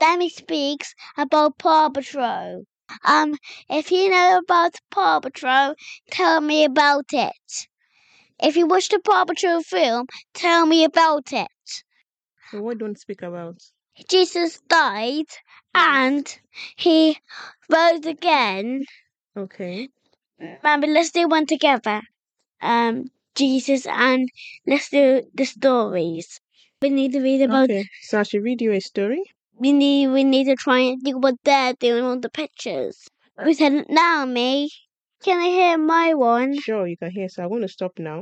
Emmy Speaks about Paw Patrol. Um, if you know about Paw Patrol, tell me about it. If you watch the Paw Patrol film, tell me about it. So what don't speak about? Jesus died and he rose again. Okay. Remember, let's do one together. Um, Jesus and let's do the stories. We need to read about. Okay. So I should read you a story. We need we need to try and think what they're doing on the pictures. We said, Naomi, can I hear my one? Sure, you can hear. So I'm going to stop now.